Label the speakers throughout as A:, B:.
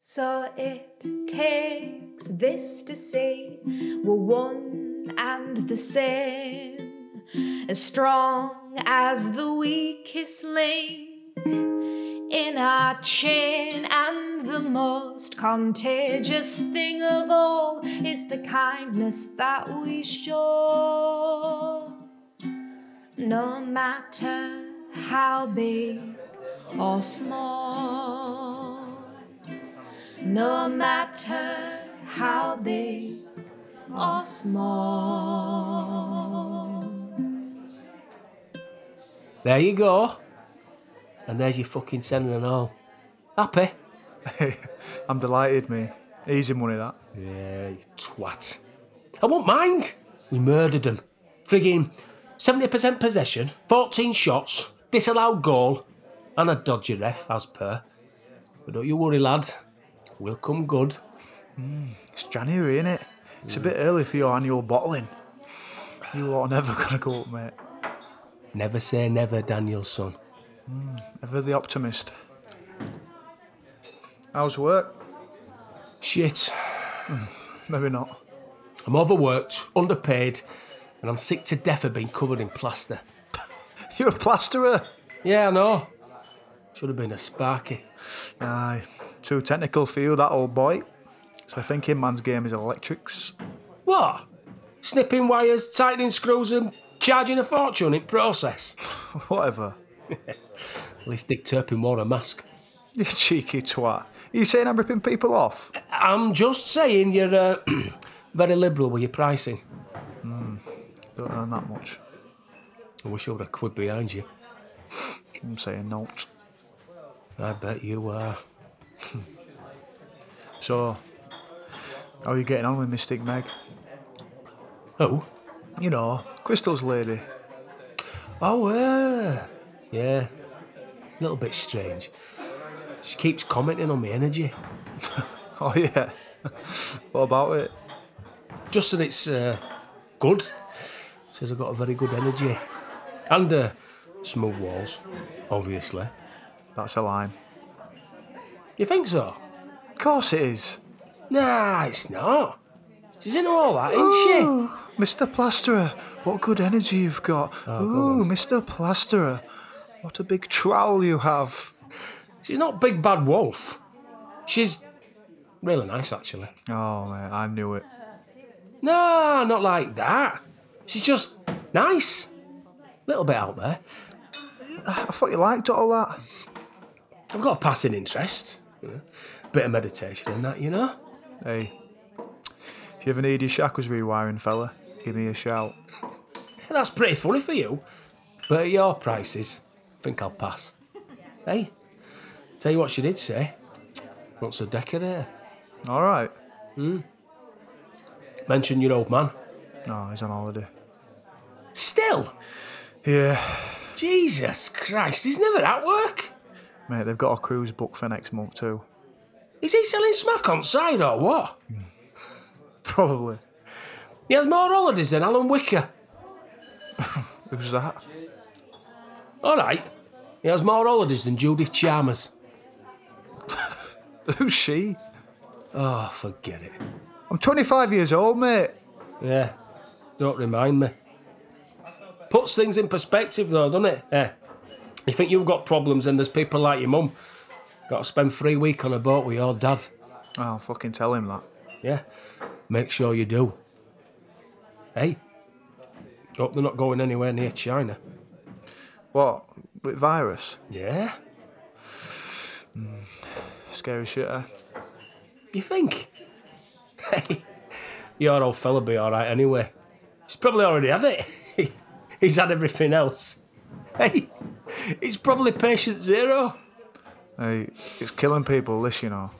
A: So it takes this to say we're one and the same, as strong as the weakest link in our chain. And the most contagious thing of all is the kindness that we show, no matter how big or small no matter how big or small.
B: There you go. And there's your fucking ten and all. Happy?
C: I'm delighted, me. Easy money that.
B: Yeah, you twat. I won't mind. We murdered them. Friggin' 70% possession, 14 shots, disallowed goal, and a dodgy ref, as per. But don't you worry, lad. We'll come good.
C: It's January, innit? It's a bit early for your annual bottling. You lot are never gonna go up, mate.
B: Never say never, Daniel's son.
C: Ever the optimist. How's work?
B: Shit.
C: Maybe not.
B: I'm overworked, underpaid, and I'm sick to death of being covered in plaster.
C: You're a plasterer.
B: Yeah, I know. Should have been a sparky.
C: Aye, too technical for you, that old boy. So I think in man's game is electrics.
B: What? Snipping wires, tightening screws, and charging a fortune in process.
C: Whatever.
B: At least Dick Turpin wore a mask.
C: You cheeky twat. Are you saying I'm ripping people off?
B: I'm just saying you're uh, very liberal with your pricing.
C: Don't earn that much.
B: I wish I were a quid behind you.
C: I'm saying not.
B: I bet you uh, are.
C: So, how are you getting on with Mystic Meg?
B: Oh?
C: You know, Crystal's lady.
B: Oh, uh, yeah. A little bit strange. She keeps commenting on my energy.
C: Oh yeah. what about it?
B: Just that it's uh, good. Says I've got a very good energy. And uh, smooth walls, obviously.
C: That's a line.
B: You think so?
C: Of course it is.
B: Nah, it's not. She's into all that, ain't
C: Mr. Plasterer, what good energy you've got. Ooh, Mr. Plasterer, what a big trowel you have.
B: she? She's not Big Bad Wolf. She's really nice, actually.
C: Oh, man, I knew it.
B: Nah, not like that. She's just nice. Little bit out there.
C: I thought you liked all that.
B: I've got a passing interest. You know? Bit of meditation and that, you know?
C: Hey, if you ever need your shackles rewiring, fella, give me a shout.
B: That's pretty funny for you. But at your prices, I think I'll pass. Hey, tell you what she did say. Wants a decorator.
C: All right.
B: Mention your old man.
C: No, he's on holiday.
B: Still,
C: Yeah,
B: Jesus Christ, he's never at work.
C: mate, they've got a cruise booked for next month too.
B: Is he selling smack on side or what?
C: Probably.
B: He has more holidays than Alan Wicker.
C: Who's that?
B: All right, he has more holidays than Judith Chalmers.
C: Who's she?
B: Oh, forget it.
C: I'm 25 years old, mate.
B: Yeah, don't remind me. Puts things in perspective, though, doesn't it? Yeah. You think you've got problems, and there's people like your mum. Got to spend three week on a boat with your dad.
C: I'll fucking tell him that.
B: Yeah, make sure you do. Hey, hope they're not going anywhere near China.
C: What? With virus?
B: Yeah,
C: Scary shit, eh?
B: you think? Hey, your old fella'll be all right anyway. He's probably already had it. He's had everything else. Hey, he's probably patient zero.
C: Hey, it's killing people, this, you know.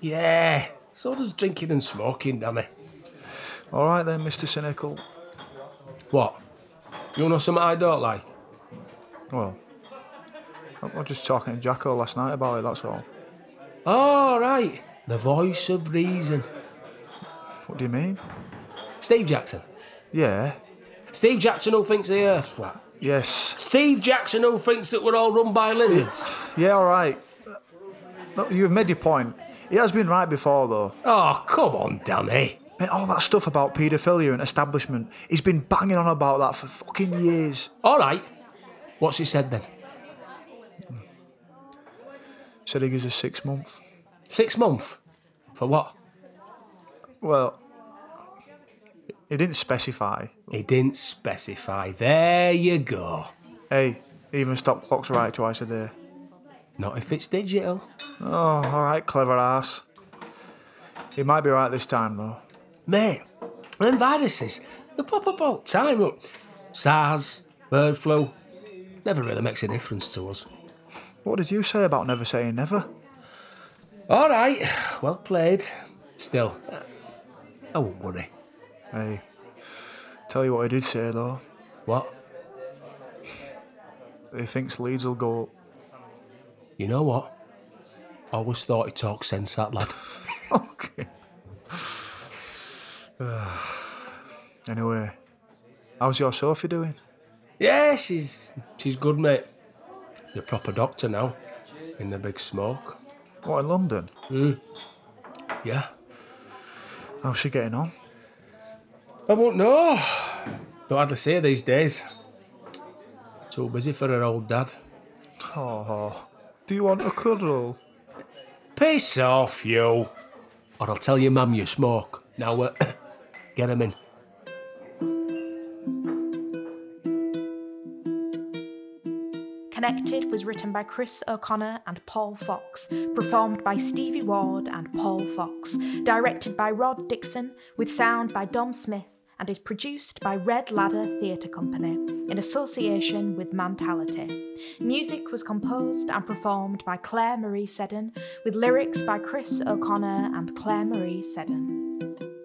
B: Yeah, so does drinking and smoking, Danny.
C: All right then, Mr. Cynical.
B: What? You know something I don't like?
C: Well, I was just talking to Jacko last night about it, that's all.
B: All right, The voice of reason.
C: What do you mean?
B: Steve Jackson.
C: Yeah.
B: Steve Jackson who thinks the earth's flat.
C: Yes.
B: Steve Jackson who thinks that we're all run by lizards.
C: Yeah, all right. Look, you've made your point. He has been right before, though.
B: Oh, come on, Danny.
C: Mate, all that stuff about paedophilia and establishment, he's been banging on about that for fucking years.
B: All right. What's he said then?
C: Said he gives us six months.
B: Six month? For what?
C: Well, he didn't specify.
B: He didn't specify. There you go.
C: Hey, even stop clocks right twice a day.
B: Not if it's digital.
C: Oh, all right, clever ass. He might be right this time, though.
B: Mate, them viruses, they pop up all the time. Look, SARS, bird flu, never really makes a difference to us.
C: What did you say about never saying never?
B: All right, well played. Still, I won't worry.
C: Hey, tell you what I did say, though.
B: What?
C: He thinks Leeds will go up.
B: You know what? Always thought he talked sense, that lad.
C: okay. anyway, how's your Sophie doing?
B: Yeah, she's she's good, mate. The proper doctor now, in the big smoke.
C: What in London?
B: Yeah,
C: How's she getting on?
B: I won't know. Not hardly see her these days. Too busy for her old dad.
C: Oh, do you want a cuddle?
B: Piss off, you. Or I'll tell your mum you smoke. Now, uh, get him in.
D: Connected was written by Chris O'Connor and Paul Fox, performed by Stevie Ward and Paul Fox, directed by Rod Dixon, with sound by Dom Smith, and is produced by Red Ladder Theatre Company in association with Mentality. Music was composed and performed by Claire Marie Seddon, with lyrics by Chris O'Connor and Claire Marie Seddon.